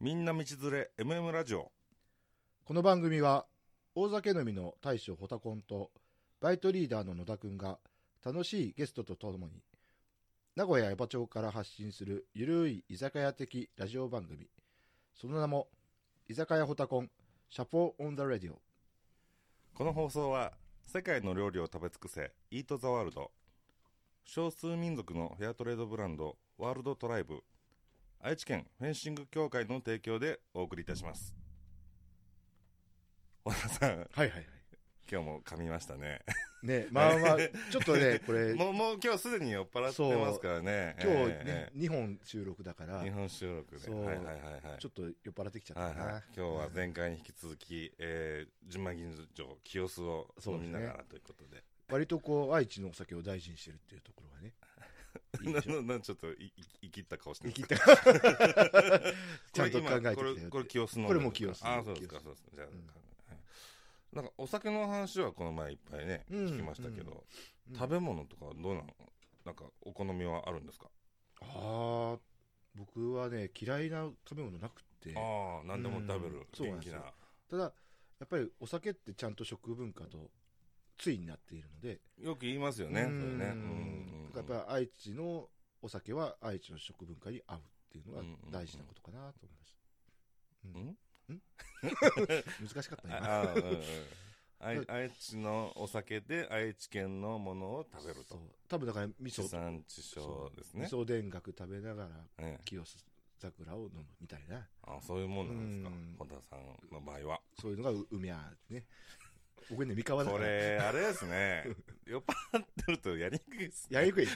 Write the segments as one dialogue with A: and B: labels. A: みんな道連れ MM ラジオ
B: この番組は大酒飲みの大将ホタコンとバイトリーダーの野田くんが楽しいゲストとともに名古屋江波町から発信するゆるい居酒屋的ラジオ番組その名も居酒屋ホタコンシャポーオンザレディオ
A: この放送は世界の料理を食べ尽くせイート・ザ・ワールド少数民族のフェアトレードブランドワールドトライブ愛知県フェンシング協会の提供でお送りいたします小田さん
B: はいはいはい
A: 今日も噛みましたね
B: ねま あまあちょっとねこれ今
A: もうもう今日すでに酔っ払ってますからね
B: 日ね
A: え
B: 2本収録だから
A: え日本収録で
B: そう
A: はいはいはいはい
B: ちょっと酔っ払ってきちゃ
A: は
B: っ
A: い
B: た
A: はい
B: な、
A: 今日は前回に引き続き、えー、純米吟醸清須を飲みながらということで
B: 割とこう愛知のお酒を大事にしてるっていうところがねいいでし ょ
A: なななちょっといい生きった顔して
B: 生
A: ます
B: きた ちゃんと考えてきたよ
A: これ今これこれ清須の
B: これも清須
A: ああそうですか
B: 清須
A: そうですかじゃあ、
B: うん
A: はいなんかお酒の話はこの前いっぱいね、
B: うん
A: 聞きましたけど、
B: うん
A: 食べ物とかどうなのなんかお好みはあるんですか、
B: ああ僕はね嫌いな食べ物なくて
A: ああ何でも食べる、
B: うんそうな
A: 元
B: んで
A: 気
B: すよ
A: な
B: ただやっぱりお酒ってちゃんと食文化とついになっているので
A: よく言いますよね
B: う
A: それ
B: ん
A: ね
B: だからやっぱり愛知のお酒は愛知の食文化に合うっていうのが大事なことかなと思います、
A: うん
B: 難しかったね今
A: ああうんうん 愛愛知のお酒で愛知県のものを食べる
B: そ
A: と
B: う多分だから味
A: 地
B: 噌
A: 産地消ですね
B: 味噌田楽食べながら
A: ね
B: 清須桜を飲むみたいな
A: あそういうもんなんですか
B: うん
A: 本田さんの場合は
B: そういうのがううみゃーね僕ね三河だ
A: こ
B: から
A: れあれですね酔っ払ってるとやりにくいですね
B: やりにくい ち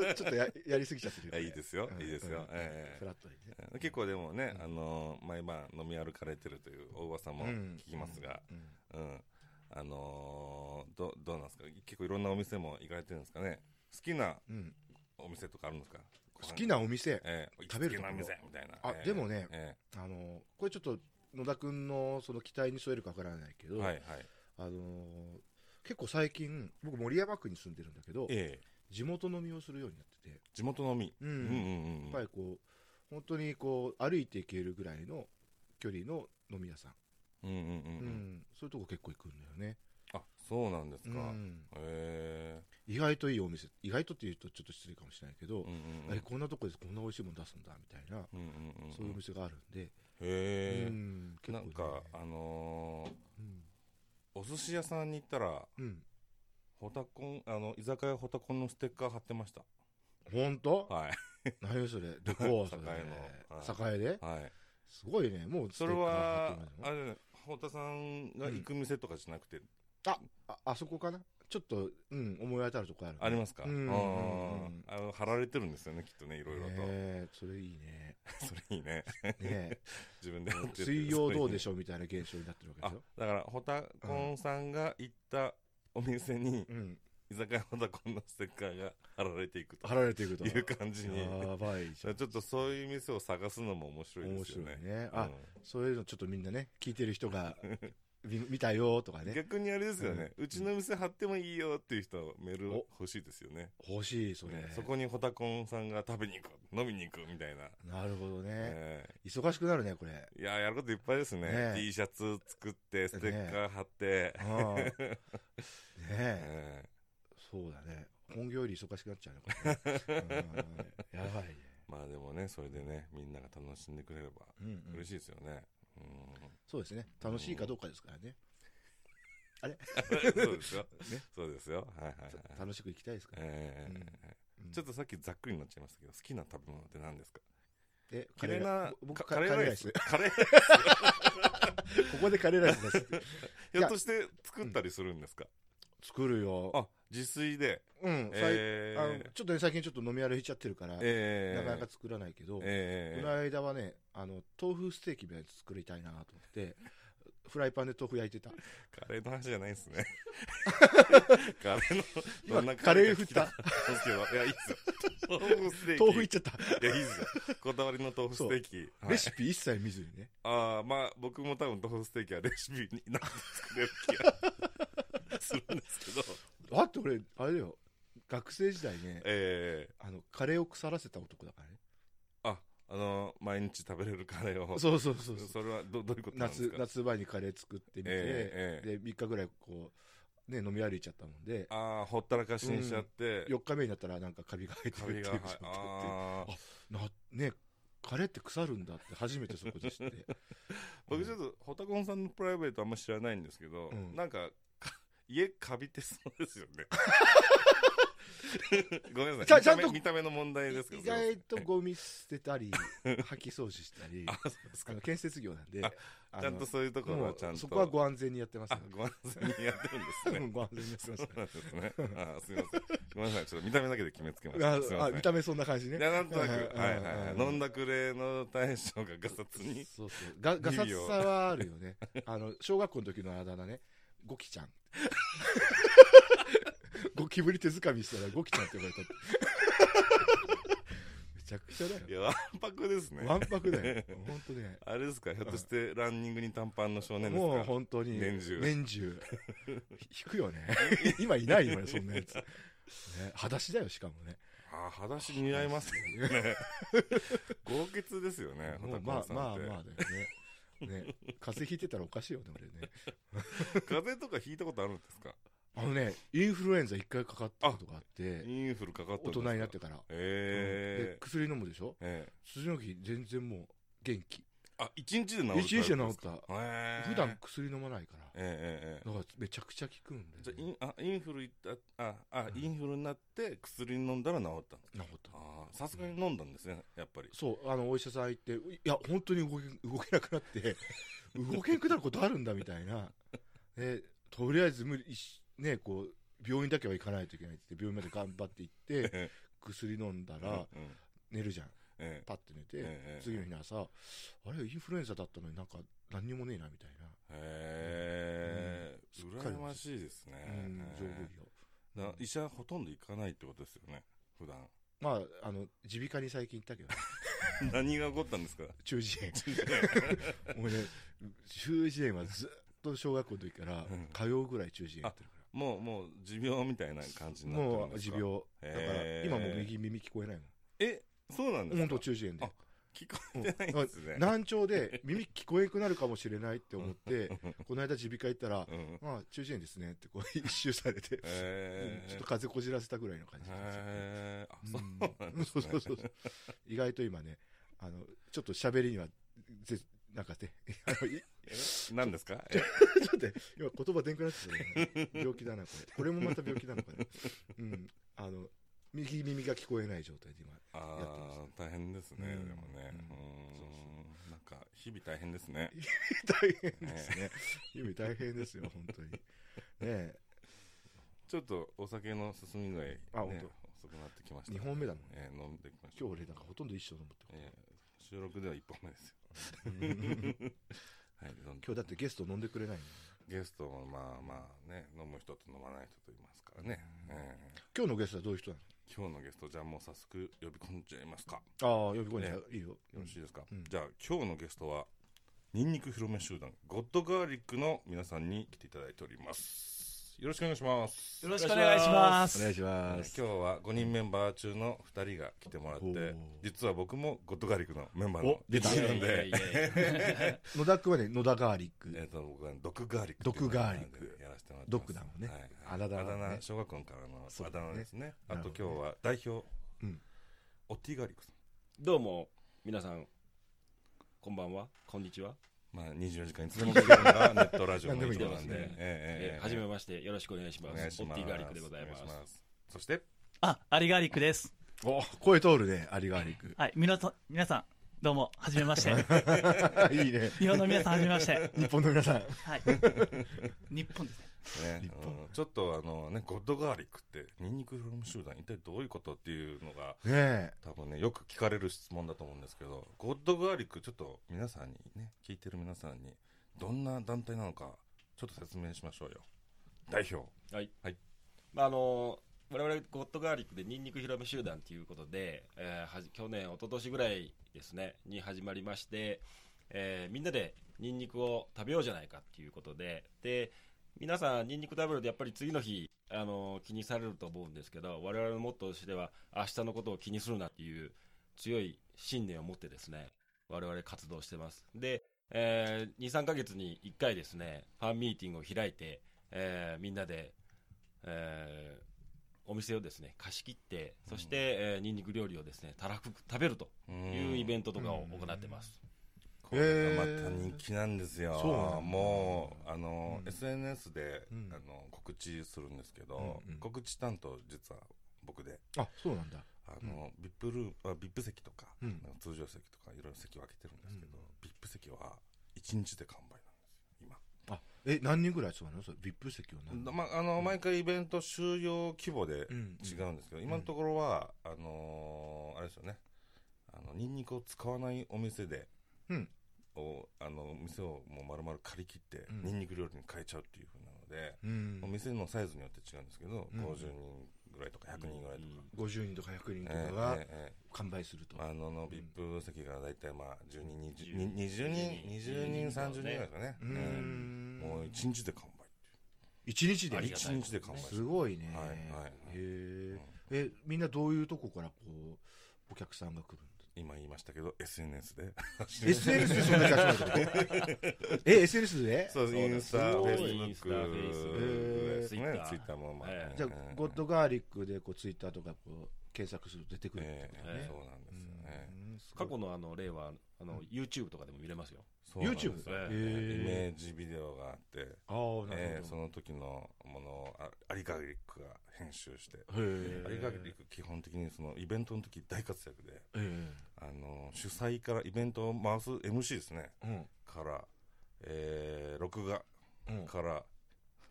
B: ょちょ っとややりすぎちゃってる
A: いやいいですよいいですよええ
B: フラットにね
A: 結構でもね、
B: うん
A: あの毎晩飲み歩かれてるというお噂も聞きますが、
B: うん
A: うんあのーどどうなんですか結構いろんなお店も行かれてるんですかね好きな
B: うんうん
A: お店とかあるんですか
B: 好き、なお店
A: ええ
B: 食べる
A: 行きつけ
B: ところ
A: の店みたいな
B: あ
A: ええ
B: でもね
A: え
B: あのこれちょっと野田君のその期待に添えるかわからないけ
A: え
B: ど、
A: はいはい
B: あのー結構最近僕森山区に住んでるんだけど
A: ええ
B: 地元飲みをするようになってて、
A: 地元のみ、
B: うん
A: うんうんうん
B: やっぱりこう本当にこう歩いていけるぐらいの距離の飲み屋さん、
A: うんうんうん
B: う
A: うんん
B: そういうとこ結構行くんだよね、
A: あそうなんです
B: う
A: か、
B: ん、
A: え
B: 意外といいお店意外とって言うとちょっと失礼かもしれないけど
A: え、うんうんうん
B: あれこんなとこでこんな美味しいもの出すんだみたいな、
A: うんうんうん
B: そういうお店があるんで、
A: へ
B: う
A: え、
B: ん結構
A: な
B: ね
A: んかあのー
B: うん
A: お寿司屋さんに行ったら
B: うん
A: ホタコンあの居酒屋ホタコンのステッカー貼ってました
B: 本当
A: はい
B: 何それどこそれ
A: 栄の
B: 栄で
A: はい
B: すごいねもうステ
A: そ
B: ッ
A: れ
B: カー貼
A: は
B: ってます
A: あ
B: よ
A: れホタさんが行く店とかじゃなくて、
B: ああそこかなちょっとうん思い当たるとこある
A: ありますか、
B: うんうんうん
A: あーあの貼られてるんですよねきっとねいろいろと、
B: ねえそれいいね
A: それいいね
B: ね
A: 自分
B: え
A: で貼ってる
B: 水曜どうで
A: ょ
B: しょうみたいな現象になってるわけで
A: あ
B: しょ
A: だからホタコンさんが行ったお店に
B: うん
A: 居酒屋ホタコンのステッカーが貼られていくと
B: 貼られていくと
A: いう感じに
B: やばいじゃん
A: ちょっとそういう店を探すのも面白いで
B: 面
A: す
B: 白
A: よ
B: い
A: ね。
B: ねあ
A: うん
B: そういうのちょっとみんなね聞いてる人が 見見たよとかね
A: 逆にあれですよね、う
B: うん
A: ちの店貼ってもいいよっていう人はメール
B: お
A: 欲しいですよね。
B: 欲しいそれ、
A: ねそこにホタコンさんが食べに行く、飲みに行くみたいな。
B: なるほどね、
A: ええ
B: 忙しくなるねこ れ
A: いや、やることいっぱいですね。
B: ね
A: T シャツ作って、ステッカー貼って。
B: うんねえ
A: ええ
B: そうだね本業より忙しくなっちゃうね これねうんやばいね
A: まあでもね、それでね、みんなが楽しんでくれれば
B: うんうん
A: 嬉しいですよね。 うん
B: そうですね楽しいかどうかですからね
A: そうですよ。
B: ね
A: そうですよ。はいはいはい。
B: た楽しく行きたいですから、
A: ええ
B: うん
A: ちょっとさっきざっくりになっちゃいましたけど、好きな食べ物って何ですか
B: えカレ
A: 嫌い
B: ーラ
A: な
B: 僕
A: カ
B: カレー
A: カレー
B: ラ
A: ラ
B: イ
A: イ
B: ス
A: ス。
B: こ
A: カレー、
B: こでカレーライスです
A: ひょっとして作ったりするんですか
B: 作るよ
A: あ、自炊で。
B: うん、さい
A: え
B: あの
A: ー
B: ちょっとね最近ちょっと飲み歩いちゃってるから、
A: え
B: な
A: ー
B: かなか作らないけど、
A: え
B: この
A: ー
B: 間はねあの豆腐ステーキみたいなやつ作りたいなと思ってフライパンで豆腐焼いてた
A: カレーの話じゃないです ね。カレーの、
B: 今
A: どんな
B: カレー振った
A: か聞いたんですけどいや、いいですよ。豆腐ステーキ。
B: 豆腐いっちゃった
A: いや、いいですよ。こだわりの豆腐ステーキ。はい
B: レシピ一切見ずにね
A: ああ、まあ、僕も多分豆腐ステーキはレシピになって作れる気がするんです けど。
B: だって俺あれだよ学生時代ね
A: ええ
B: あのカレーを腐らせた男だからね
A: あ、あの毎日食べれるカレーを
B: そうそうそうそう
A: それはどどういうことなんです
B: 夏
A: か
B: 夏場にカレー作ってみて、
A: ええええ
B: で3日ぐらいこう、ね、飲み歩いちゃったもんで
A: ああほったらかしにしちゃって、
B: 4日目になったらなんかカビが生えて
A: カ
B: る
A: ビ
B: って
A: が
B: い
A: は
B: う
A: い
B: 状態
A: あー
B: でなねカレーって腐るんだって初めてそこで知って
A: 僕ちょっとホタコンさんのプライベートあんま知らないんですけど、
B: うん
A: なんかか家カビてそうですよ ねごめんな
B: ち
A: さ
B: ゃ
A: い
B: ちゃん
A: 見
B: と
A: た目見た目の問題ですけど
B: 意外とゴミ捨てたり吐き掃除したり
A: あそうです
B: あ
A: か
B: の建設業なんで
A: あ
B: あの
A: ちゃんとそういうところ
B: も
A: は
B: う
A: ちゃんと
B: そこはご安全にやってます
A: あ
B: ね
A: ご安全にやってるんです
B: う
A: ね
B: んご安全にやって
A: そう
B: ますね
A: なんですね。あーすみません。ごめんなさい。ちょっと見た目だけで決めつけました。すみ
B: あ
A: ま
B: あ
A: せん。
B: 見た目そんな感じね
A: いや、なんとなく、
B: うん
A: はいはい
B: うん
A: はい。飲んだくれの大将がガサツ に。
B: そうそう。が、がさつさはあるよね。あの、小学校の時のあだ名ね。ゴキち ゃん。ゴキブリ手づかみしたらゴキちゃんって呼ばれたって。めちゃくちゃだよ
A: い。や、わんぱくですね。
B: わんぱく だよ。ほんとね。
A: あれですか、ひょっとしてランニングに短パンの少年ですか
B: もう本当に。
A: 年中
B: 年中。引くよ ね。今いないよね、そんなやつ。ね、裸足だよ、しかもね。
A: あー、裸足似合いますね。 豪傑ですよね、
B: も
A: ホタ
B: うまあ
A: コン
B: ま
A: さん
B: あ
A: って
B: まあだよね。 ね、風邪ひいてたらおかしいよね、俺ね。
A: 風邪とかひいたことあるんですか
B: あのね、インフルエンザ一回かかったことがあって、
A: インフルかかったんです
B: 大
A: か
B: 人になって。から。で
A: えー
B: 薬飲むでしょ
A: ええ。
B: 次の日全然もう元気
A: あ、一日で治る
B: 一日で治った
A: タイプですかへー
B: 普段薬飲まないから
A: ええええええ。
B: だからめちゃくちゃ効くんで、ね、
A: じゃあインあインフルいったああ、
B: うん
A: インフルになって薬飲んだら治ったの
B: 治った
A: あーさすがに飲んだんですねやっぱり
B: そうあのお医者さん行っていや本当に動け動けなくなって 動けなくなることあるんだみたいな、ね、とりあえず無理、いしね、こう病院だけは行かないといけないって言って病院まで頑張って行って薬飲んだ
A: うんうん
B: ら寝るじゃん
A: ええ
B: パッて寝て、
A: ええ
B: 次の日の朝あれインフルエンザだったのになんか何にもねえなみたいな、
A: へえ、
B: うん
A: 羨ましいですね、
B: うん丈夫よ
A: だから医者ほとんど行かないってことですよね普段
B: まあ、あの、耳鼻科に最近行ったけど、
A: 何が起こったんですか
B: 中耳炎。俺ね、中耳炎はずっと小学校の時から
A: うん、
B: 通うぐらい中耳炎やってるか
A: もうもう持病みたいな感じ
B: ら。
A: になってる
B: も
A: ん
B: う、
A: です
B: 持
A: か
B: 病。だから、
A: へー
B: 今もう右耳聞こえないも
A: えそうなんで
B: ん。
A: す
B: 本
A: か
B: 当中耳炎で
A: あ。聞こえてないんですね、
B: 難聴で耳聞こえなくなるかもしれないって思って、この間耳鼻科行ったら
A: う、ん、
B: まあ、中耳炎ですねってこう一周されて、うん
A: え
B: ちょっと風邪こじらせたぐらいの感じなんですよね
A: えあそうなん
B: うん
A: です
B: そう
A: ね
B: そうそうそう意外と今ねあのちょっと喋りにはぜなんかねあのい
A: え何ですか
B: ちょっとね今言葉でんくなってたね病気だなこれこれもまた病気なのかなうんあの右耳が聞こえない状態で今
A: あ
B: やってまし
A: あ大変ですね、
B: うん
A: でもね
B: うん
A: うー
B: そうん
A: なんか日々大変ですね
B: 大変ですね耳大変ですよ本当にねえ
A: ちょっとお酒の進み具合、ね、
B: あ本
A: 遅くなってきました
B: 2本目だもんね
A: えー飲んできましょ
B: 今
A: う
B: 日俺なんかほとんど一緒飲むってこと
A: えー収録では1本目ですよ
B: 今
A: はい飲んで
B: 日だってゲスト飲んでくれないの
A: ゲストもまあまあね飲む人と飲まない人といますからね、え
B: 今日のゲストはどういう人な
A: ー今日のゲストじゃあもう早速呼び込んじゃいますかよ
B: のああ呼び込んでいいよ
A: ろしいですか、
B: うん
A: じゃあ今日のゲストはニンニク広め集団ゴッドガーリックの皆さんに来ていただいておりますよろしくお願いします
C: よろしくお願いしま
B: お願い
C: す。
B: しま
A: ね
B: す
A: 今日は5人メンバー中の2人が来てもらっ
B: おー
A: て実は僕もゴッドガーリックのメンバーの
B: お
A: 一 員なん
C: いや
A: で
C: いやいやいや
B: 野田君はね野田ガーリック
A: えっと僕は毒ガーリック
B: 毒ガーリック
A: っていう名前でやらせてもらってます
B: ドックだもんね
A: はい
B: あだ名は
A: あ
B: ね
A: だ名小学校からの
B: そう
A: あだ名ですねあ
B: なるほ
A: と
B: どね
A: 今日は代表
B: うん
A: オッティガーリックさん
C: どうも、皆さん、こんばんは、こんにちは。
A: まあ24時間いつでも聞けるのがネットラジオ のいいところなん
C: 何でもいいで
A: で
C: すね
A: ええええええ
C: えーはじめまして、よろしくお願いします。
A: お願いします
C: オッティガーリックでございます
A: お。願すそ して
D: あ、アリガーリックです。
B: お声通るねアリガーリック
D: はい、みなと、皆さん、どうも、はじめ まして。
B: いいね
D: 日本の皆さん、はじめまして。
B: 日本の皆さん
D: はい。日本ですね。
A: ねうんちょっとあのねゴッドガーリックってニンニクフロム集団一体どういうことっていうのが
B: ねえ
A: 多分ねよく聞かれる質問だと思うんですけどゴッドガーリックちょっと皆さんにね聞いてる皆さんにどんな団体なのかちょっと説明しましょうよ代表
C: はい、
A: はい
C: まあ、あの我々ゴッドガーリックでニンニク広め集団ということで、えーはじ去年一昨年ぐらいですねに始まりまして、えーみんなでニンニクを食べようじゃないかっていうことでで皆さんニンニク食べるとやっぱり次の日あの気にされると思うんですけど我々のモットーとしては明日のことを気にするなっていう強い信念を持ってですね、我々活動してます。で、えー、2、3ヶ月に1回ですね、ファンミーティングを開いて、えーみんなで、えーお店をですね、貸し切って、そして、えーニンニク料理をですね、たらふく食べるというイベントとかを行ってます。
A: これがまた人気なんですよ、
B: そうなんだ
A: もうあの、
B: うん
A: SNS で、
B: うん
A: あの告知するんですけど、
B: うんうん
A: 告知担当実は僕で
B: あ、そうなんだ。
A: あの、ビップルームあビップ席とか、
B: うん
A: なんか通常席とかいろいろ席分けてるんですけど、
B: うん
A: ビップ席は1日で完売なんですよ
B: あ、え、何人ぐらい座るのそれ、ビップ席を
A: 今、
B: な。
A: まあの毎回イベント終了規模で
B: うん
A: 違うんですけど、今のところはあのーあれですよねあのニンニクを使わないお店で
B: うん。
A: をあの店をもう丸々借り切って、
B: うん
A: ニンニク料理に変えちゃうっていうふうなので、
B: うん
A: お。店のサイズによって違うんですけど、
B: うん
A: 50人ぐらいとか100人ぐらいとか、
B: 50人とか100人と
A: え
B: か
A: ー
B: が
A: えーえ
B: 完売すると。
A: ーあのの VIP 席が大体まあ10人20人20
C: 20
A: 人20人
C: 20
A: 30人ぐらいですかね、え
B: う
A: ー
B: ん。
A: もう1日で完売
B: 一日で
C: ありがたい
A: 1日で完売
B: すごいね。
A: はいはいはい
B: へー
A: うん
B: え、みんなどういうとこからこう、お客さんが来るん だ
A: 今言いましたけど SNS で
B: SNS でそんなキャッチ え、SNS で
A: そうインスタ
C: そ
A: フ
C: う
A: ェ
C: です
A: イスブック
B: えー
A: ですね
C: Twitter
A: ツイッターもまあ、
C: えー
B: じゃあ
A: え、ー
B: ゴッドガーリックでこうツイッターとかこう検索すると出てくるって
A: え
B: こと
A: ーえーそ。う
B: だね
A: なんですよね、
B: うん
C: 過去のあの例はあの、YouTube とかでも見れますよ。
A: そうなんです
B: YouTube
A: よ
B: へー
A: イメージビデオがあって、
B: ああ、な
A: え
B: る
A: ー
B: ほ
A: そ
B: ど。
A: の時のものをあアリガーリックが編集して、
B: へー
A: アリガーリック基本的にそのイベントの時大活躍で、
B: え
A: あの主催からイベントを回す MC ですね
B: えうん。
A: から、えー録画
B: うん
A: から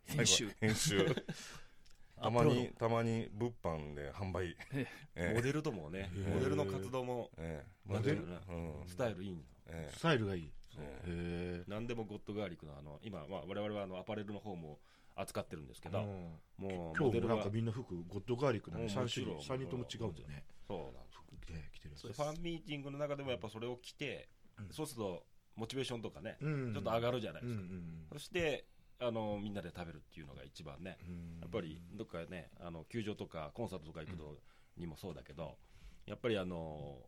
A: 最後
D: 編集
A: 編集たまにたまに物販で販 売
D: え
A: え
C: モ
A: ー
C: デルともね
B: へ、ー
C: モデルの活動も、
A: えー
C: なんていうのか
A: う
C: なんスタイルいいの。
A: え
B: スタイルがいい。
A: ー
B: へ
A: え
B: え。
C: なんでもゴッドガーリックのあの、今、まあ、我々はあのアパレルの方も扱ってるんですけ
B: う
C: ど、
B: ん
C: もう、
B: 今
C: モ
B: 日
C: デル
B: もなん
C: が
B: か、みんな服、ゴッドガーリックなの
C: うん
B: 3種類、
C: もちろ
B: 3
C: ん
B: 人とも違うんだよね。
C: そうなんです
B: 服着て、着てるやつ
C: それファンミーティングの中でもやっぱそれを着て、
B: うん
C: そうすると、モチベーションとかね、
B: うん
C: ちょっと上がるじゃない
B: うん
C: で
B: うん
C: すか。そして、あの、みんなで食べるっていうのが一番ね、
B: うん。
C: やっぱりどっかね、あの球場とかコンサートとか行くのにもそうだけど、やっぱりあの、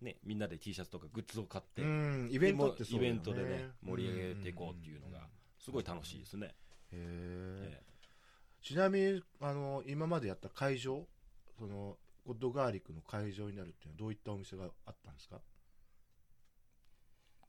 C: ね、みんなで T シャツとかグッズを買って、
B: うん、イベントってそうだよ
C: イベントでね、盛り上げていこうっていうのが、すごい楽しいですね。
B: へえ
C: え
B: ちなみにあの今までやった会場そのゴッドガーリックの会場になるっていうのはどういったお店があったんですか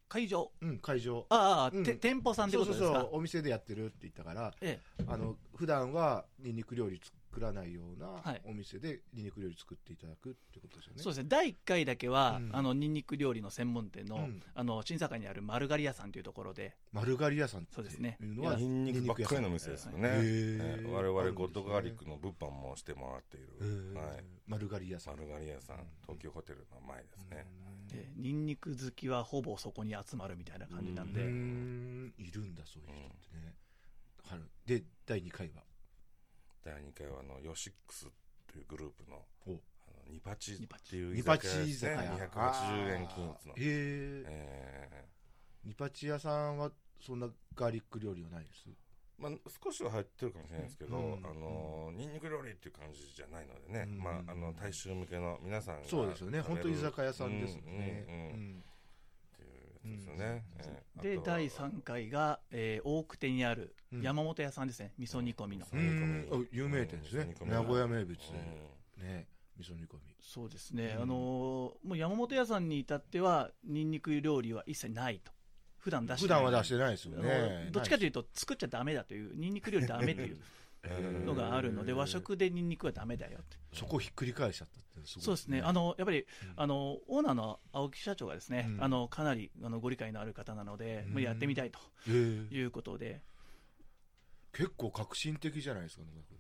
D: 会場。
B: うん会場
D: ああ、
B: うん
D: て店舗さんって
B: そう
D: こ
B: そ
D: と
B: う
D: ですか
B: そうお店でやってるって言ったから
D: え
B: あの普段はニンニク料理作らないような
D: はい
B: お店でニンニク料理作っていただくってことですよ
D: え
B: ね、
D: そうですね第1回だけは、
B: うん
D: あのニンニク料理の専門店の,、
B: うん
D: あの新坂にあるマルガリアさんというところで
B: 丸刈り屋さんって
D: そうですね
B: いうの
A: ー
B: は
A: ニンニクばっかりの店ですよね、
B: へー
A: えー我々ゴッドガーリックの物販もして回っている、
B: へー
A: はい、
B: 丸刈り屋さん
A: 丸刈り屋さ
B: うん
A: ん東京ホテルの前ですね、
D: でニンニク好きはほぼそこに集まるみたいな感じなんで、
B: うーんいるんだそういう人ってね、はいで第2回は
A: 第2回はあのヨシックスというグループの
B: お
A: あのニパチ
D: ニパ
A: っ
D: チ
A: ていう
B: ニ
A: 居
B: パ
A: 酒
B: チ
A: 屋で
B: 居
A: す
B: 酒
A: ね
B: 屋
A: 250円均一の
B: あーへえ
A: え
B: ニパチ屋さんはそんなガーリック料理はないです
A: ーまあ、少しは入ってるかもしれないですけど、
B: うん
A: あのニンニク料理っていう感じじゃないのでね、
B: うん
A: まあ、あの大衆向けの皆さんが
B: そうですよね本当居酒屋さんですもんね
A: うんうんうんっていうやつですよね、えーあ
D: で
A: と
D: 第3回が、えー大久手にある
B: うん
D: 山本屋さんですね、味噌煮込みの、
A: う
B: うんんうんあ有名店ですね
A: うん
B: 名古屋名物
A: うん
B: ね味噌煮込み
D: そうですね、
B: うん
D: あのーもう山本屋さんに至ってはニンニク料理は一切ないと普段出して
B: 普
D: ない
B: 段は出してないですよ
D: あ
B: ね
D: のどっちかと
B: いう
D: いうと作っちゃダメだというニンニク料理ダメという
A: うん
D: のがあるので和食でニンニクはダメだよって
B: そこをひっくり返しちゃったってすごい
D: そうですね、あのやっぱり、
B: うん
D: あのオーナーの青木社長がですね、
B: うん
D: あのかなりあのご理解のある方なので、
B: うん
D: もうやってみたいと
B: へー
D: いうことで、
B: 結構革新的じゃないですか野田君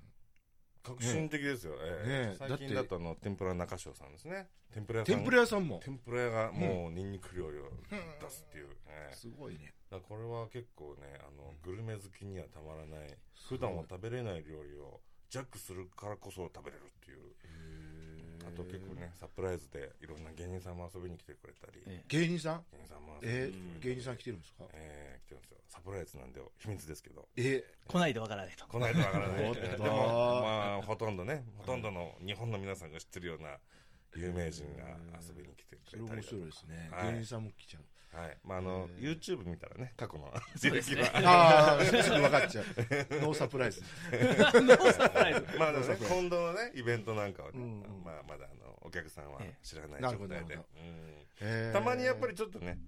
A: 革新的ですよ、ええ
B: ね
A: 最近
B: だ
A: だ
B: って
A: とあの天ぷら中庄さんですね天ぷら屋さん
B: 天ぷら屋さんも
A: 天ぷら屋がもうニンニク料理を出すっていう、ええ
B: すごいね
A: だからこれは結構ねあのグルメ好きにはたまらない普段は食べれない料理をジャックするからこそ食べれるっていうあと結構ねサプライズでいろんな芸人さんも遊びに来てくれたり、
D: ええ
B: 芸人さん
A: 芸人さんも遊び
B: え
A: に
B: ー
A: 来てくれたり
B: 芸人さん来てるんですか
A: ええ来てますよサプライズなんで秘密ですけど
B: え
D: 来ないでわからないと。
A: この間だから
B: お
A: ね
B: っと
A: でもまあほとんどねほとんどの日本の皆さんが知ってるような有名人が遊びに来て
B: そ
A: くれたり
B: れ面
A: と
B: 白い
A: か
B: ですね、
A: はい
B: 芸人さんも来ちゃう
A: はいまああの
B: へー
A: YouTube 見たらね過去の
D: そうですね
A: 履歴 は
B: ああすぐ分かっちゃう ノーサプライズ
D: ノーサプライズ。
A: まあでもね今度のねイベントなんかはね、
B: うんうん
A: まあ、まだあのお客さんは知らない状
B: ええなるほど
A: 態で、
B: なる
A: うん
B: へー
A: たまにやっぱりちょっとね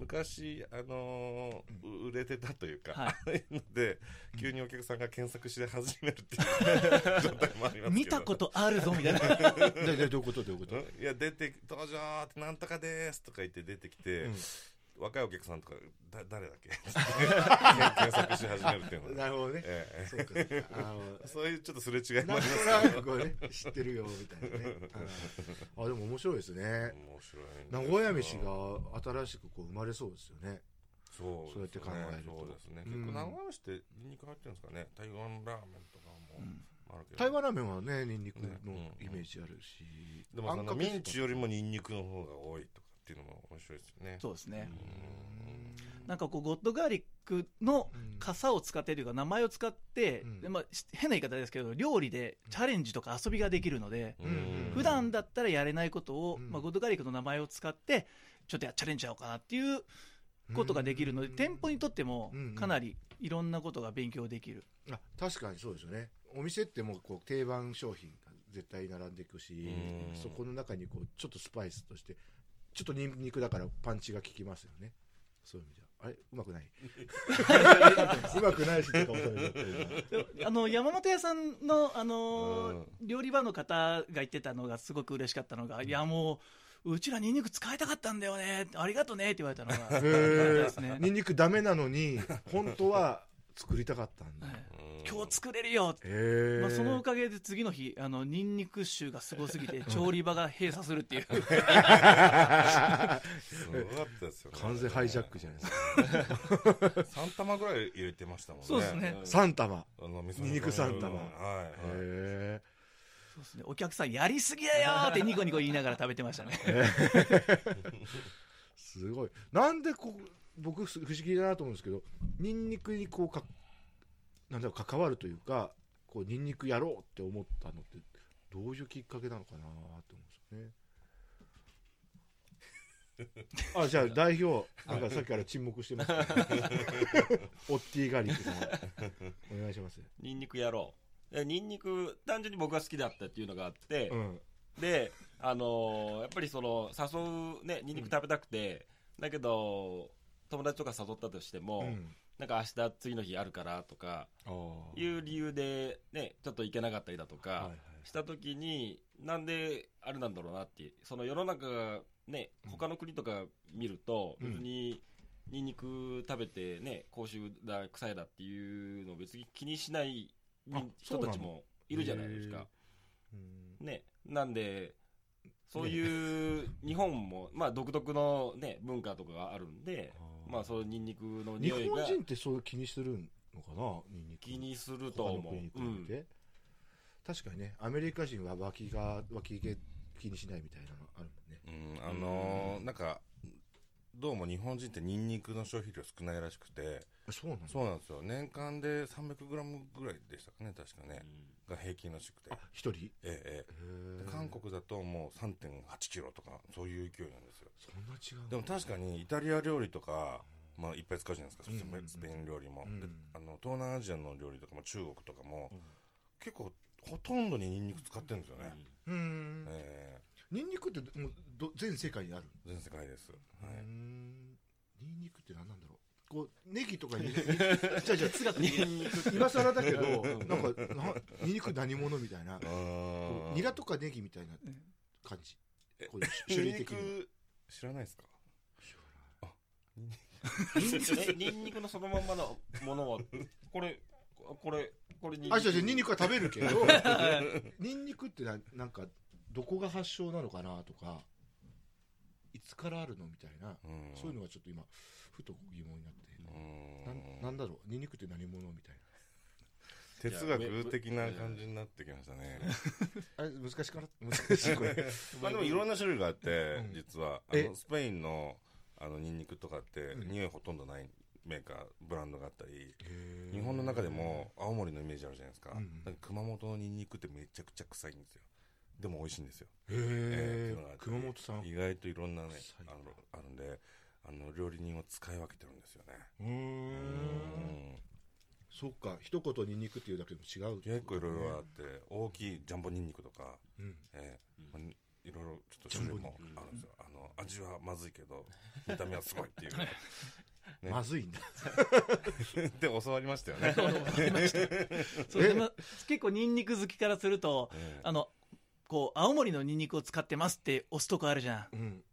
A: 昔、あのーう売れて たというか、
D: は
A: ので急にお客さんが検索して始めるっていう状態もありますけど
D: 見たことあるぞみたいな。
B: ででどういうことどういうこと
A: うんいや出て「登場!」って「なんとかです」とか言って出てきて、
B: うん
A: 若いお客さんとか「だ誰だっけ?」 って検索し始めるっていうのは、
B: なるほどね
A: ええ
B: そうかそうかあの
A: そういうちょっとすれ違いもあ
B: なん
A: ります
B: となくこうね知ってるよみたいなねあーあでも面白いですね
A: 面白いんです
B: 名
A: よ
B: 古屋飯が新しくこう生まれそうですよね
A: そう
B: そうやって考えると
A: そうですね
B: うん
A: 結構名古屋飯ってニンニク入ってるんですかね台湾ラーメンとかもあるけど
B: 台湾ラーメンはねニンニク
A: ね
B: のイメージあるし、
A: でもそ
B: あん
A: の
B: か
A: ミ
B: け
A: ンチよりもニンニクの方が多いとかっていうのも面白いですよね
D: そうですね。
A: うん
D: なんかこう、ゴッドガーリックの
B: うん
D: 傘を使ってというか、名前を使って、
B: うん
D: でまあ、し変な言い方ですけど、料理でチャレンジとか遊びができるので、
B: うんうん
D: 普段だったらやれないことを、
B: うん
D: まあ、ゴッドガーリックの名前を使って、ちょっとやチャレンジしようかなっていうことができるので、
B: うん
D: 店舗にとっても
B: うん
D: かなりいろんなことが勉強できる。
B: あ確かにそうですよねお店ってもうこう定番商品が絶対並んでいくし
A: うん
B: そこの中にこうちょっとスパイスとしてちょっとニンニクだからパンチが効きますよねそういう意味じゃあれうまくない うまくないしって顔されちゃった今
D: あの山本屋さんの、あのー
A: う
D: 料理場の方が言ってたのがすごく嬉しかったのが、いやもううちらニンニク使いたかったんだよねありがとうねって言われたのが
B: へー
D: 嬉しかったですね
B: ニンニクダメなのに本当は作りたかったんだ
D: は
B: へ
D: い
A: うん
D: 今日作れるよ、
B: え、
D: まあ、その おかげで次の日あのニンニク臭がすごすぎ て調理場が閉鎖するっていう
A: すごかったですよね
B: 完全ハイジャックじゃないですか
A: か3玉ぐらい入れてましたもんね
D: そうですね
B: 3玉
A: あの味噌
B: ニンニク三玉
A: はい
B: へえ
D: そうですねお客さんやりすぎだよってニコニコ言いながら食べてま したね
B: すごいなんでこう僕す不思議だなと思うんですけどニンニクにこうかなんだろう関わるというかこうニンニクやろうって思ったのってどういうきっかけなのかなと思うん ですよねあじゃあ代表なんかさっきから沈黙してます けどオッティガリックさんお願いします、
C: ニンニクやろうでニンニク単純に僕が好きだったっていうのがあって、
B: うん、
C: であのーやっぱりその誘うねニンニク食べたくて、だけど友達とか誘ったとしても、
B: うん、
C: なんか明日次の日あるからとか
B: ああ
C: いう理由でねちょっと行けなかったりだとか、
B: はいはい
C: した時になんであれなんだろうなってその世の中がね他の国とか見ると
B: うん
C: 別にニンニク食べてね口臭だ臭いだっていうのを別に気にしないみ
B: あ
C: 人たちもいるじゃないです
B: へ
C: か
B: うん
C: ねなんでそういう日本もまあ独特のね文化とかがあるんで
B: あー
C: まあそういうニンニクの
B: 日
C: 匂い
B: 本
C: が
B: 人ってそういう気にするのかなニンニク
C: 気にすると
B: 他の
C: 思う
B: 国に比
C: うん
B: べて、確かにねアメリカ人は脇が脇毛気にしないみたいなのあるもんね
A: うんあのーなんかどうも日本人ってニンニクの消費量少ないらしくて
B: あそうなの
A: そうなんですよ年間で 300g ぐらいでしたかね確かねが平均らしくて
B: あ一人
A: えええ
B: へー
A: えで韓国だともう3 8キロとかそういう勢いなんですよ
B: そんな違うの
A: でも確かにイタリア料理とか、まあ、いっぱい使うじゃないですか、
B: うん
A: スペインスペイン料理も、
B: うん
A: であの東南アジアの料理とかも中国とかも、
B: うん
A: 結構ほとんどにニンニク使ってるんですよね、
B: うーん
A: え
B: ニンニクってもうど全世界にある、
A: え全世界です、は
B: うー
A: い、
B: んニンニクって何なんだろうこうネギとかに 違う違う
D: 哲学的
C: ニンニク
B: 今更だけどなんかなニンニク何者みたいな
A: うーん
B: ニラとかネギみたいな感じ
A: え
B: こういう種
A: ニン
B: 類
A: ニ
B: 的に
A: ク知らないですか
C: えニンニクのそのまんまのものはこれこれこれニ
B: あ、違う違う、ニンニ
C: ク
B: クは食べ るけど、ニンニクってななんか、どこが発祥なのかなとか、いつからあるのみたいな、
A: うん
B: そういうのがちょっと今、ふと疑問になって、
A: うん
B: なんなんだろう、ニンニクって何者みたい
A: 哲学的な感じになってきましたね
B: な。あれ、難しくな難しい、これ。
A: まあでもいろんな種類があって、
B: うん
A: 実はあ
B: え
A: のスペインのあのニンニクとかって
B: うん
A: 匂いほとんどないメーカーブランドがあったり
B: 日
A: 日本の中でも青森のイメージあるじゃないですか,、
B: うん
A: なんか熊本のニンニクってめちゃくちゃ臭いんですよでも美味しいんですよえ
E: へ
A: ーっていうのがあ
E: え
A: っ。て
E: 熊本さん。う
A: 意外といろんなね
E: 最
A: あ
E: 高
A: のあるんであの料理人を使い分けてるんですよね
E: ーん。
B: そっか一言に肉っていうだけでも違う
A: うん結構いろいろあって大きいジャンボニンニクとか
E: うん。
A: ええまあいろいろちょっと種類も
C: ジャンボニンニク
A: あるんですよあの味はまずいけど見た目はすごいっていうね
B: まずいんだ
A: で教わりましたよね、
D: そうでも結構ニンニク好きからすると
A: ええ
D: あのこう青森のニンニクを使ってますって押すとこあるじゃ
E: う
D: ん
E: ん。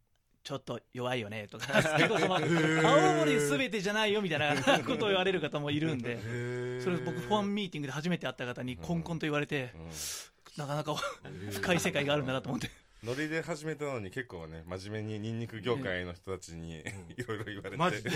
D: ちょっと弱いよねとか 結構その青森全てじゃないよみたいな ことを言われる方もいるんで
E: へえ。
D: それ僕ファンミーティングで初めて会った方にコンコンと言われて
A: うん
D: なかなか深い世界があるんだなと思って
A: ノリで始めたのに結構ね、真面目にニンニク業界の人たちに いろいろ言われて。
E: マジで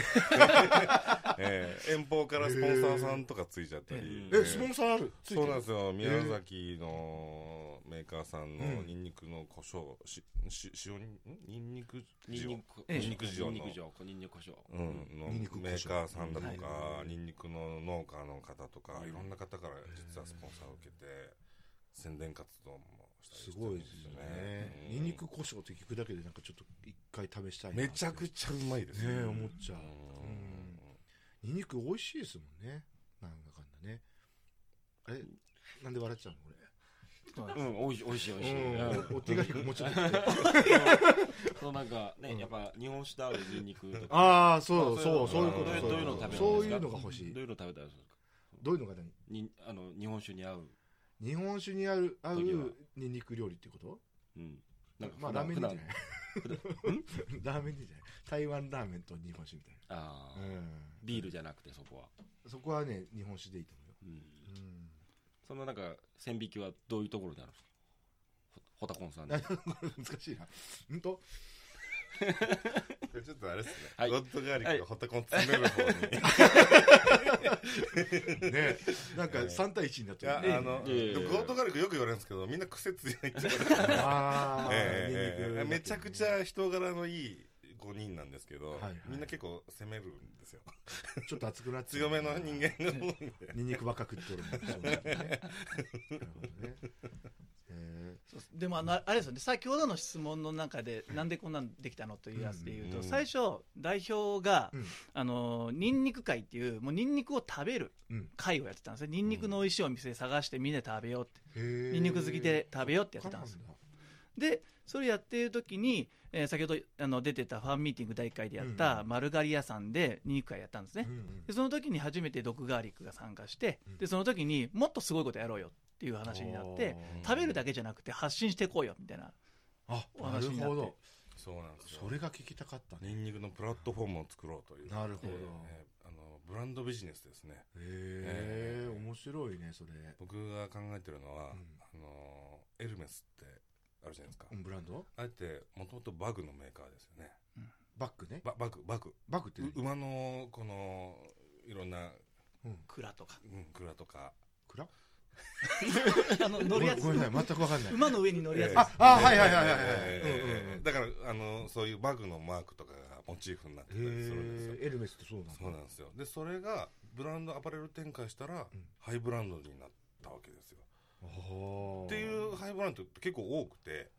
A: ええ遠方からスポンサーさんとかついちゃったり。
E: え、スポン
A: サ
E: サーあるついて
A: そう
E: る
A: なんですよ。宮崎のメーカーさんの
E: うん
A: ニンニクの胡椒、し、し、塩に、んニンニク
C: ニンニク
D: ええ
C: ニンニク
A: 塩
C: 塩
A: の
C: ニンニク塩ニンニク胡椒
A: うん、の
E: ニンニク胡椒
A: メーカーさんだとか、
E: うん
A: ニンニクの農家の方とか、
C: うん
A: いろんな方から実はスポンサーを受けて、宣伝活動もしたり
B: す
A: して
B: ご
A: る
B: い
A: ん
B: で
A: ですす
B: よ
A: よ
B: ね
A: ね。
E: ニンニク胡椒って聞くだけでなんかちょっと一回試したいな
A: めちゃく
E: ち
A: ちゃうまいです
E: ね
A: よ
E: え思っちゃう
A: うん
B: ニンニク美味しいですもんねなんだかんだねえなんで笑っちゃうのこれ
C: うん美味しい美味しい美味しい
B: うんお手紙もうちょっと聞いて
C: そうなんかね
E: うん
C: やっぱ日本酒と合うニンニクとか
E: ああそうそうそういうこ
A: どういう
E: と
A: どういうの食べるんですか
B: そういうのが欲し
C: どう
B: い
C: いうの食べたらいいですか
B: どういうのが何
C: にあの日本酒に合う
B: 日本酒にある合う
C: 時は
B: ニンニク料理ってこと
C: うんなんか
B: まあラーメン
C: 普
B: でいい
C: 段
B: んじゃない
C: 普 段
B: ラーメンでいいんじゃない台湾ラーメンと日本酒みたい
C: ああ
B: なうん
C: ビールじゃなくてそこは
B: そこはね日本酒でいいと思うよ
C: うん
B: うん
C: そのなんか線引きはどういうところにあるんですかホタコンさんの
B: 難しいな。うんと、
A: これちょっとあれですね、
C: はい
A: ゴッドガーリックがホタコン詰める方に、い、
B: ね、なんか
A: ええ
B: 3対1になってる
A: や、あの、
C: いやいやい
A: ゴ
C: や
A: ッドガーリックよく言われるんですけど、みんな癖強いって言われて、
B: あー
A: え
B: ニンニ
A: え
B: ク
A: めちゃくちゃ人柄のいい5人なんですけど、
B: はいはい
A: みんな結構攻めるんですよ。
B: ちょっと熱くなって
A: 強めの人間が多いんで。
B: ニンニクばっか食ってるもん そうなんだねなるほどねえ
D: でもあのあれですよね先ほどの質問の中でなんでこんなんできたのというやつで言うと、
A: うん
D: 最初代表が、
B: うん
D: あのニンニク会っていうもうニンニクを食べる
B: うん
D: 会をやってたんですねニンニクの美味しいお店探してみんなで食べようって、
B: ー
D: ニンニク好きで食べようってやってたんですよ
B: そうなんだ
D: でそれやってる時に、えー先ほどあの出てたファンミーティング第1回でやった丸刈り屋さんでニンニク会やったんですね
B: う、んうん
D: でその時に初めて毒ガーリックが参加して、でその時にもっとすごいことやろうよっていう話になって
A: ー
D: 食べるだけじゃなくて発信していこうよみたいな
B: あ
D: お
B: な
D: 話
B: る
D: になっ
B: ほ
D: て
B: ど
A: そうなんですよ。
B: それが聞きたかったね
A: ニンニクのプラットフォームを作ろうという。
B: なるほど
A: ええあの、ブランドビジネスですね。え
B: へえ
A: え
B: 面白いねそれ
A: 僕が考えてるのは、
B: うん
A: あの、エルメスってあるじゃないですか。
B: うんブランド
A: あえて、もともとバグのメーカーですよね。
B: バッグね
A: ババグ、バグ。
B: バッグって
A: う馬のこのいろんな、
D: 蔵とか
A: うん、蔵とか
B: クラ
D: あの乗
B: ご
D: る
B: め
D: や
B: ん
D: つ
B: ごめんなさい全くわかんない
D: 馬の上に乗るやつ、
A: ええ
B: ああはいはいはいはいはい
A: え
B: うんうん
A: え
B: うん
A: だからあのそういうバグのマークとかがモチーフになってたりするんですよ
B: へえエルメスってそうなんだ
A: そうなんですよでそれがブランドアパレル展開したら、
B: うん
A: ハイブランドになったわけですよ
B: っ
A: っていうハイブランドって結構多くて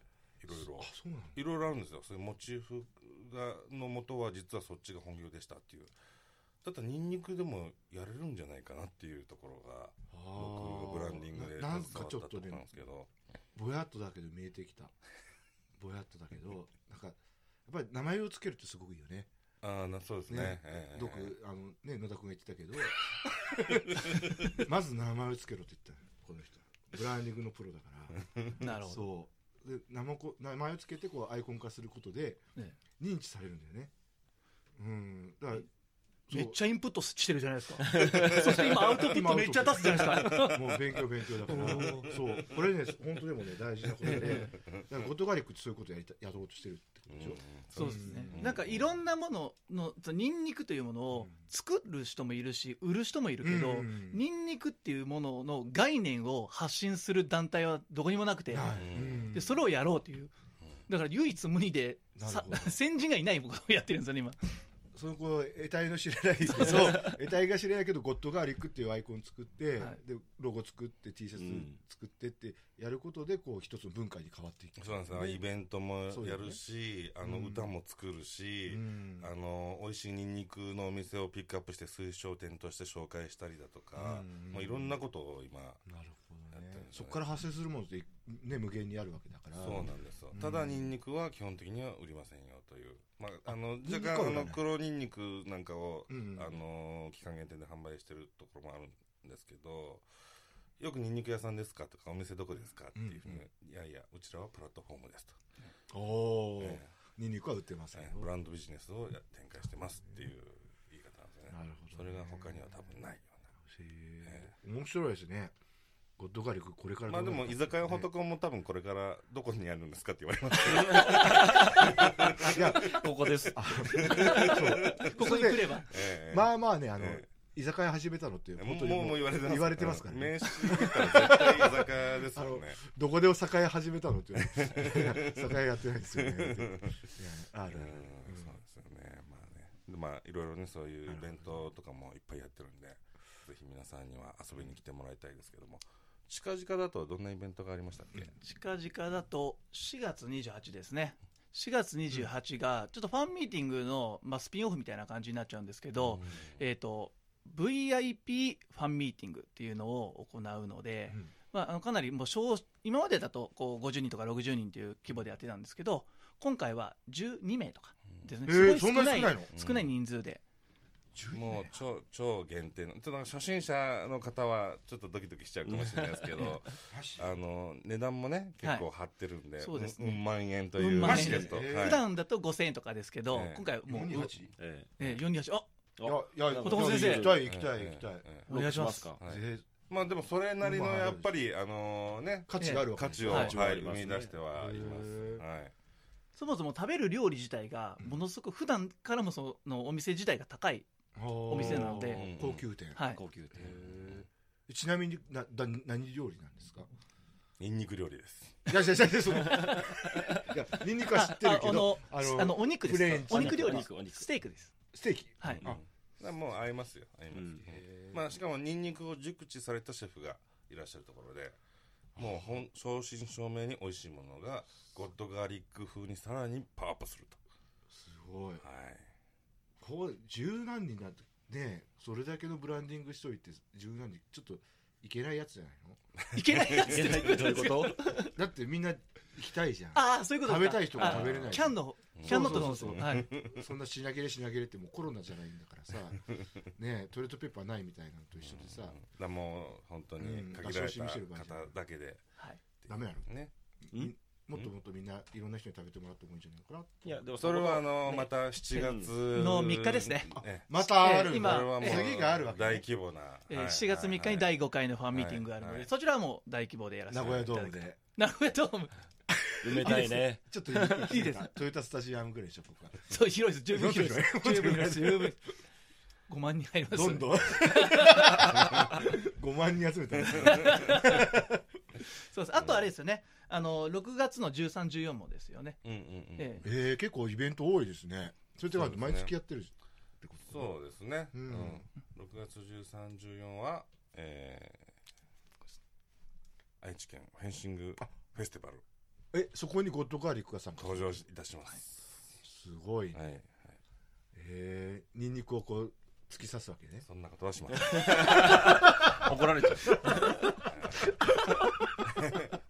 A: いろいろ
B: あそうなの
A: いろいろあるんですよそういうモチーフがの元は実はそっちが本業でしたっていうだったらニンニクでもやれるんじゃないかなっていうところが僕がブランディングで携
B: な
A: わ
B: なん
A: った
B: か
A: と
B: ちょっ
A: ことろなん
B: ね
A: ですけど
B: ぼやっとだけど見えてきたぼやっとだけどなんかやっぱり名前をつけるってすごくいいよね
A: ああなそうですね
B: ね
A: ええ
B: よくあのね野田君が言ってたけどまず名前をつけろって言ったのこの人ブランディングのプロだか
D: なる
B: ら
D: ほど
B: そうで名もこ名前をつけてこうアイコン化することで
D: ね
B: 認知されるんだよねうんだから
D: めっちゃインプットしてるじゃないです かそして今アウトプットめっちゃ出すじゃないですか
B: もう勉強勉強 だからそうこれね本当でもね大事なことでだからゴッドガリックってそういうことやりたやろうとしてるってことでしょ、
D: そうですね
A: うん
D: なんかいろんなもののそのニンニクというものを作る人もいるし売る人もいるけど、
B: うん
D: ニンニクっていうものの概念を発信する団体はどこにもなくて、
B: はい
A: うん
D: でそれをやろうというだから唯一無二で
B: なる
D: さ
B: ほど
D: 先人がいないことをやってるんですよね今
B: その子得体の知れ ないそう得体が知れないけどゴッドガーリックっていうアイコン作って、
D: はい
B: でロゴ作って T シャツ作ってってやることでこう一つの文化に変わっていく
A: そうなんですよイベントも
B: そうだ
A: や
B: よね
A: るし、あの
B: うん
A: 歌も作るし、
B: うん
A: あの美味しいニンニクのお店をピックアップして推奨店として紹介したりだとか、
B: うん
A: もういろんなことを今
B: なるほど
A: やってるんだ
B: ね
A: ね
B: そこから発生するものって、ね、無限にあるわけだから
A: そうなんですよ、
B: うん
A: ただニンニクは基本的には売りませんよという、まあ、あの
B: ニンニ
A: 若
B: クは
A: 干あ
B: 売ら
A: の
B: ない
A: 黒ニンニクなんかを、
B: うん
A: あの期間限定で販売してるところもあるんですけどよくニンニク屋さんですかとかお店どこですかっていうふうに、いやいやうちらはプラットフォームですと、
B: おおー、
A: ええ
B: ニンニクは売ってません、
A: ええブランドビジネスをや展開してますっていう言い方なんですね
B: なるほど
A: そ
B: ね
A: れが他には多分ないような
B: へえ面白いですねゴッドガーリックこれから
A: まあで も居酒屋ほとこも多分これからどこにあるんですかって言われますけど
B: いや
D: ここ です。ここ
B: そ
D: に
B: れ
D: 来
B: で
D: れば。
A: ええ
B: まあまあねあの、
A: え
B: 居酒屋始めたのって
A: も
B: 本当
A: う
B: に
A: もうもう言われてます
B: 言われてますからね
A: 名刺作ったら絶対居酒屋ですよね
B: どこでお酒屋始めたのって言 われて酒屋やってないですよねってい
A: う
B: やあ
A: ん
B: るあ
A: そ
B: る
A: うですよねまあねでまあいろいろねそういうイベントとかもいっぱいやってるんでぜひ皆さんには遊びに来てもらいたいですけども近々だとどんなイベントがありましたっけ、
D: 近々だと4月28ですね。4月28が、ちょっとファンミーティングの、まあ、スピンオフみたいな感じになっちゃうんですけど、えっ、と、VIP ファンミーティングっていうのを行うので、
B: うん
D: まあ、あのかなりもう少今までだとこう50人とか60人という規模でやってたんですけど今回は12名とかですね、
B: え
D: すご
B: ー、そんなに少ないの
D: 少ない人数で、
A: もう超超限定のちょっとなんか初心者の方はちょっとドキドキしちゃうかもしれないですけ どあの値段もね結構張ってるんで,、
D: そうですね
A: んうん万円という
D: うん万円
A: チケット、
B: マジで
A: はい
D: 普段だと5000円とかですけど、
A: ええ
D: 今回もう、
B: 4人
D: う
B: 8
C: え
D: ええ428あ
B: いやいや
D: 男先生
B: 行きたい行きたい行きたい、
A: ええ
C: え
D: お願いします
C: ロックか
A: はい
B: ぜ
A: まあでもそれなりのやっぱり、あのね、
B: 価値があるわけ
A: 価値を、
D: は
A: はいい、
C: 価値はあり
A: 生
C: ますね
A: み出してはいま
B: へ
A: す。
B: ー
A: はい。
D: そもそも食べる料理自体がものすごく普段からもそのお店自体が高い、
B: お
D: 店なので
B: 高級店、
D: はい
C: 高級店
B: い、ちなみになだ何料理なんですか
A: ニンニク料理です。
B: いやいやいやいやそのいやニンニクは知ってるけど
D: ああ
B: あ
D: の
B: の
D: あのお肉で
B: フレン
D: す
B: チ
D: お肉料理
C: お
D: です
C: 肉お肉
D: ステーキです
B: ステーキ
D: はい、
B: あ
A: だからもう合いますよ。合います。
C: うん
B: へー
A: まあしかもニンニクを熟知されたシェフがいらっしゃるところで、もうほん正真正銘に美味しいものがゴッドガーリック風にさらにパワーアップする
B: すごい
A: と。はい。
B: こう十何人なんてねそれだけのブランディングしといて十何人ちょっといけないやつじゃない
D: いけないやつ
C: いけないってどういうこと
B: のだってみんな行きたいじゃん
D: ああそういうことか
B: 食べたい人が食べれない
D: あキャンのキャンのところです
B: そうそうそう
D: はい
B: そんな品切れ品切れってもうコロナじゃないんだから さねトイレットペーパーないみたいなのと一緒でさ
A: うんだからもう本当に
B: うん
A: 限られ
B: 出し惜しみしてる
A: た
B: 場合じゃ
A: 方
B: ない
A: だけで。
D: はい
B: ダメなの
A: ね。
B: もっともっとみんないろんな人に食べてもらってもいいんじゃないかない
C: やでも
A: それはあの、
C: ね
A: また7月
D: の3日ですね。
A: ええ
B: またある
D: えー
A: こ
D: 今
A: れはもう
B: 次があるわけね
A: 大規模な、
D: えー
A: はい
D: 7月3日に第5回のファンミーティングがあるの
A: はい
D: で、
A: はい
D: そちらはもう大規模でやらせ
B: 名
D: て
B: 古
D: いただ
B: 屋
D: き
B: ドーム
D: たい
B: で
D: 名古屋ドーム
C: 埋めたいね
B: ちょっとい
D: いいです
B: トヨタスタジアムぐらいでしょここは
D: そう広いです十分広いです十分広い です十分5万人入ります
B: どんどん 5万人集めたら
D: そうですあとあれですよねあの6月の1314もですよね、
A: うんうんうん
D: ええ
B: えー、結構イベント多いですね。それってなん
A: そうですね
B: か毎月やってるってことかな
A: そうですね、
B: う
A: うんん6月13、14は、えー愛知県フェンシングフェスティバル
B: え、そこにゴッドガーリックが参加
A: 登場いたします、
B: すごいね。
A: はいはい
B: えー、ニンニクをこう、突き刺すわけね。
A: そんなことはし ません
C: 怒られちゃう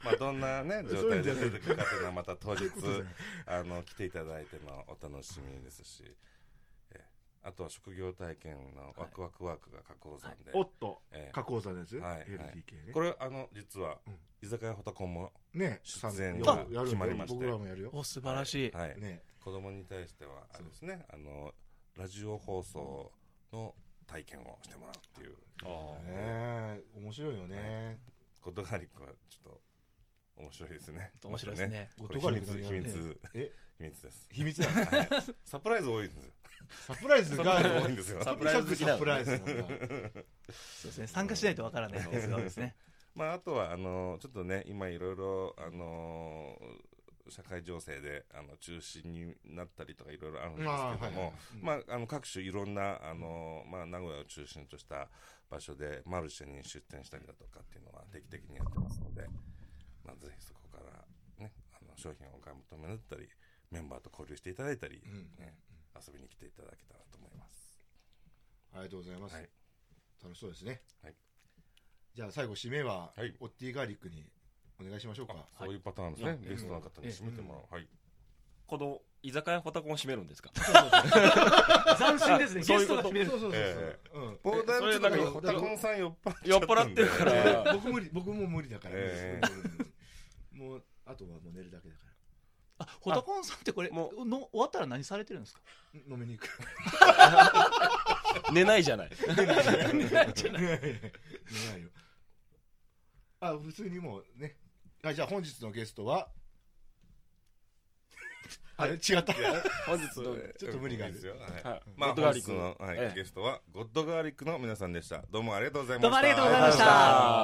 A: まあどんなね状態で出てくるかというのはまた当日
B: そういうことじゃない
A: あの来ていただいてのお楽しみですし、えーあとは職業体験のワクワクワークが加工山で、
B: おっと、
A: えー
B: 加工座のやつ、
A: はいはい
B: ?LTK ね。
A: これあの実は、
B: うん
A: 居酒屋ホタコンも
B: ね、
A: 出演が
B: 参やるやる
A: 決
B: ん
A: ま
B: だ
A: り
B: よ
A: まして
B: 僕らもやるよ。
D: お素晴らしい、
A: はい、はい
B: ね、
A: 子供に対してはあれですねあのラジオ放送の体験をしてもらうっていう
B: ね面白いよね。
A: ことがありはちょっと面白いですね
D: 面白いですね
A: これ秘密
B: ことがあり
A: 秘密
B: え、
A: 秘密です
B: 秘密なんだ。
A: サプライズ多いんですよ
B: サプライズ
A: サプライ
B: が
A: ズ多いんですよ
C: サプライズ好きな
B: サプライズなんだ。
D: そうですね参加しないとわからない ですがですね
A: まああとはあのちょっとね今いろいろあの社会情勢であの中止になったりとかいろいろあるん
B: あ
A: で
B: ー
A: す
B: はい
A: けど
B: はい
A: も、
B: うん
A: まあ、あの各種いろんなあの、まあ、名古屋を中心とした場所でマルシェに出店したりだとかっていうのは定期的にやってますので、まあ、ぜひそこから、ね、あの商品をお買い求めだったりメンバーと交流していただいたり、
B: うん
A: ね遊びに来ていただけたらと思います。
B: ありがとうございます、
A: はい
B: 楽しそうですね、
A: はい
B: じゃあ最後締めは、
A: はい
B: オッティガーリックにお願いしましょうか
A: あそういうパターンですね、
C: い
A: ゲストの方に締めてもらおう、はい、
C: この居酒屋ホタコンを閉めるんですか
D: 斬新ですね。
C: そう
D: ゲ
C: いうこと
D: ストが決める。
B: そうそうそうそう、
A: え
B: うん
A: ボーダー
C: それ
A: の
B: なんか
A: ホタコンさん酔っ払っち
C: 酔
A: ゃ
C: っ払って るか
A: ったんで
C: ら
B: 僕無理僕も無理だから、
A: え
B: うんもうあとはもう寝るだけだか
D: あ、ホタコンさんってこれ、
C: も
D: の終わったら何されてるんですか。
B: ら飲みに行く
C: 寝ないじゃない
B: 寝ないよあ普通にもうねはいじゃあ本日のゲストはあれ違った
C: 本日の
A: ええ
B: ちょっと無理がある
A: いいですよ、はい
C: はい
A: ま
C: ホ
A: あ、
C: ット
A: 本
C: ガーリ
A: 日
C: ック
A: の、はい
C: ええ
A: ゲストは、ゴッドガーリックの皆さんでした。どうもありがとうございました。
D: どうもありがとうございまし。
C: ありがとうございました